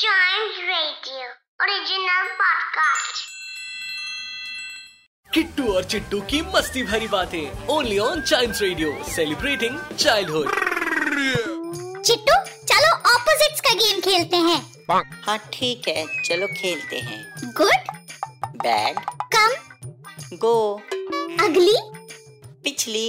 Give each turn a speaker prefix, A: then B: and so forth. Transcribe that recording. A: Giant Radio, original podcast.
B: Kittu और चिट्टू की मस्ती भरी बातें only on child radio celebrating childhood
C: Chittu चलो ऑपोजिट्स का गेम खेलते हैं
D: हाँ ठीक है चलो खेलते हैं
C: गुड
D: बैड
C: कम
D: गो
C: अगली
D: पिछली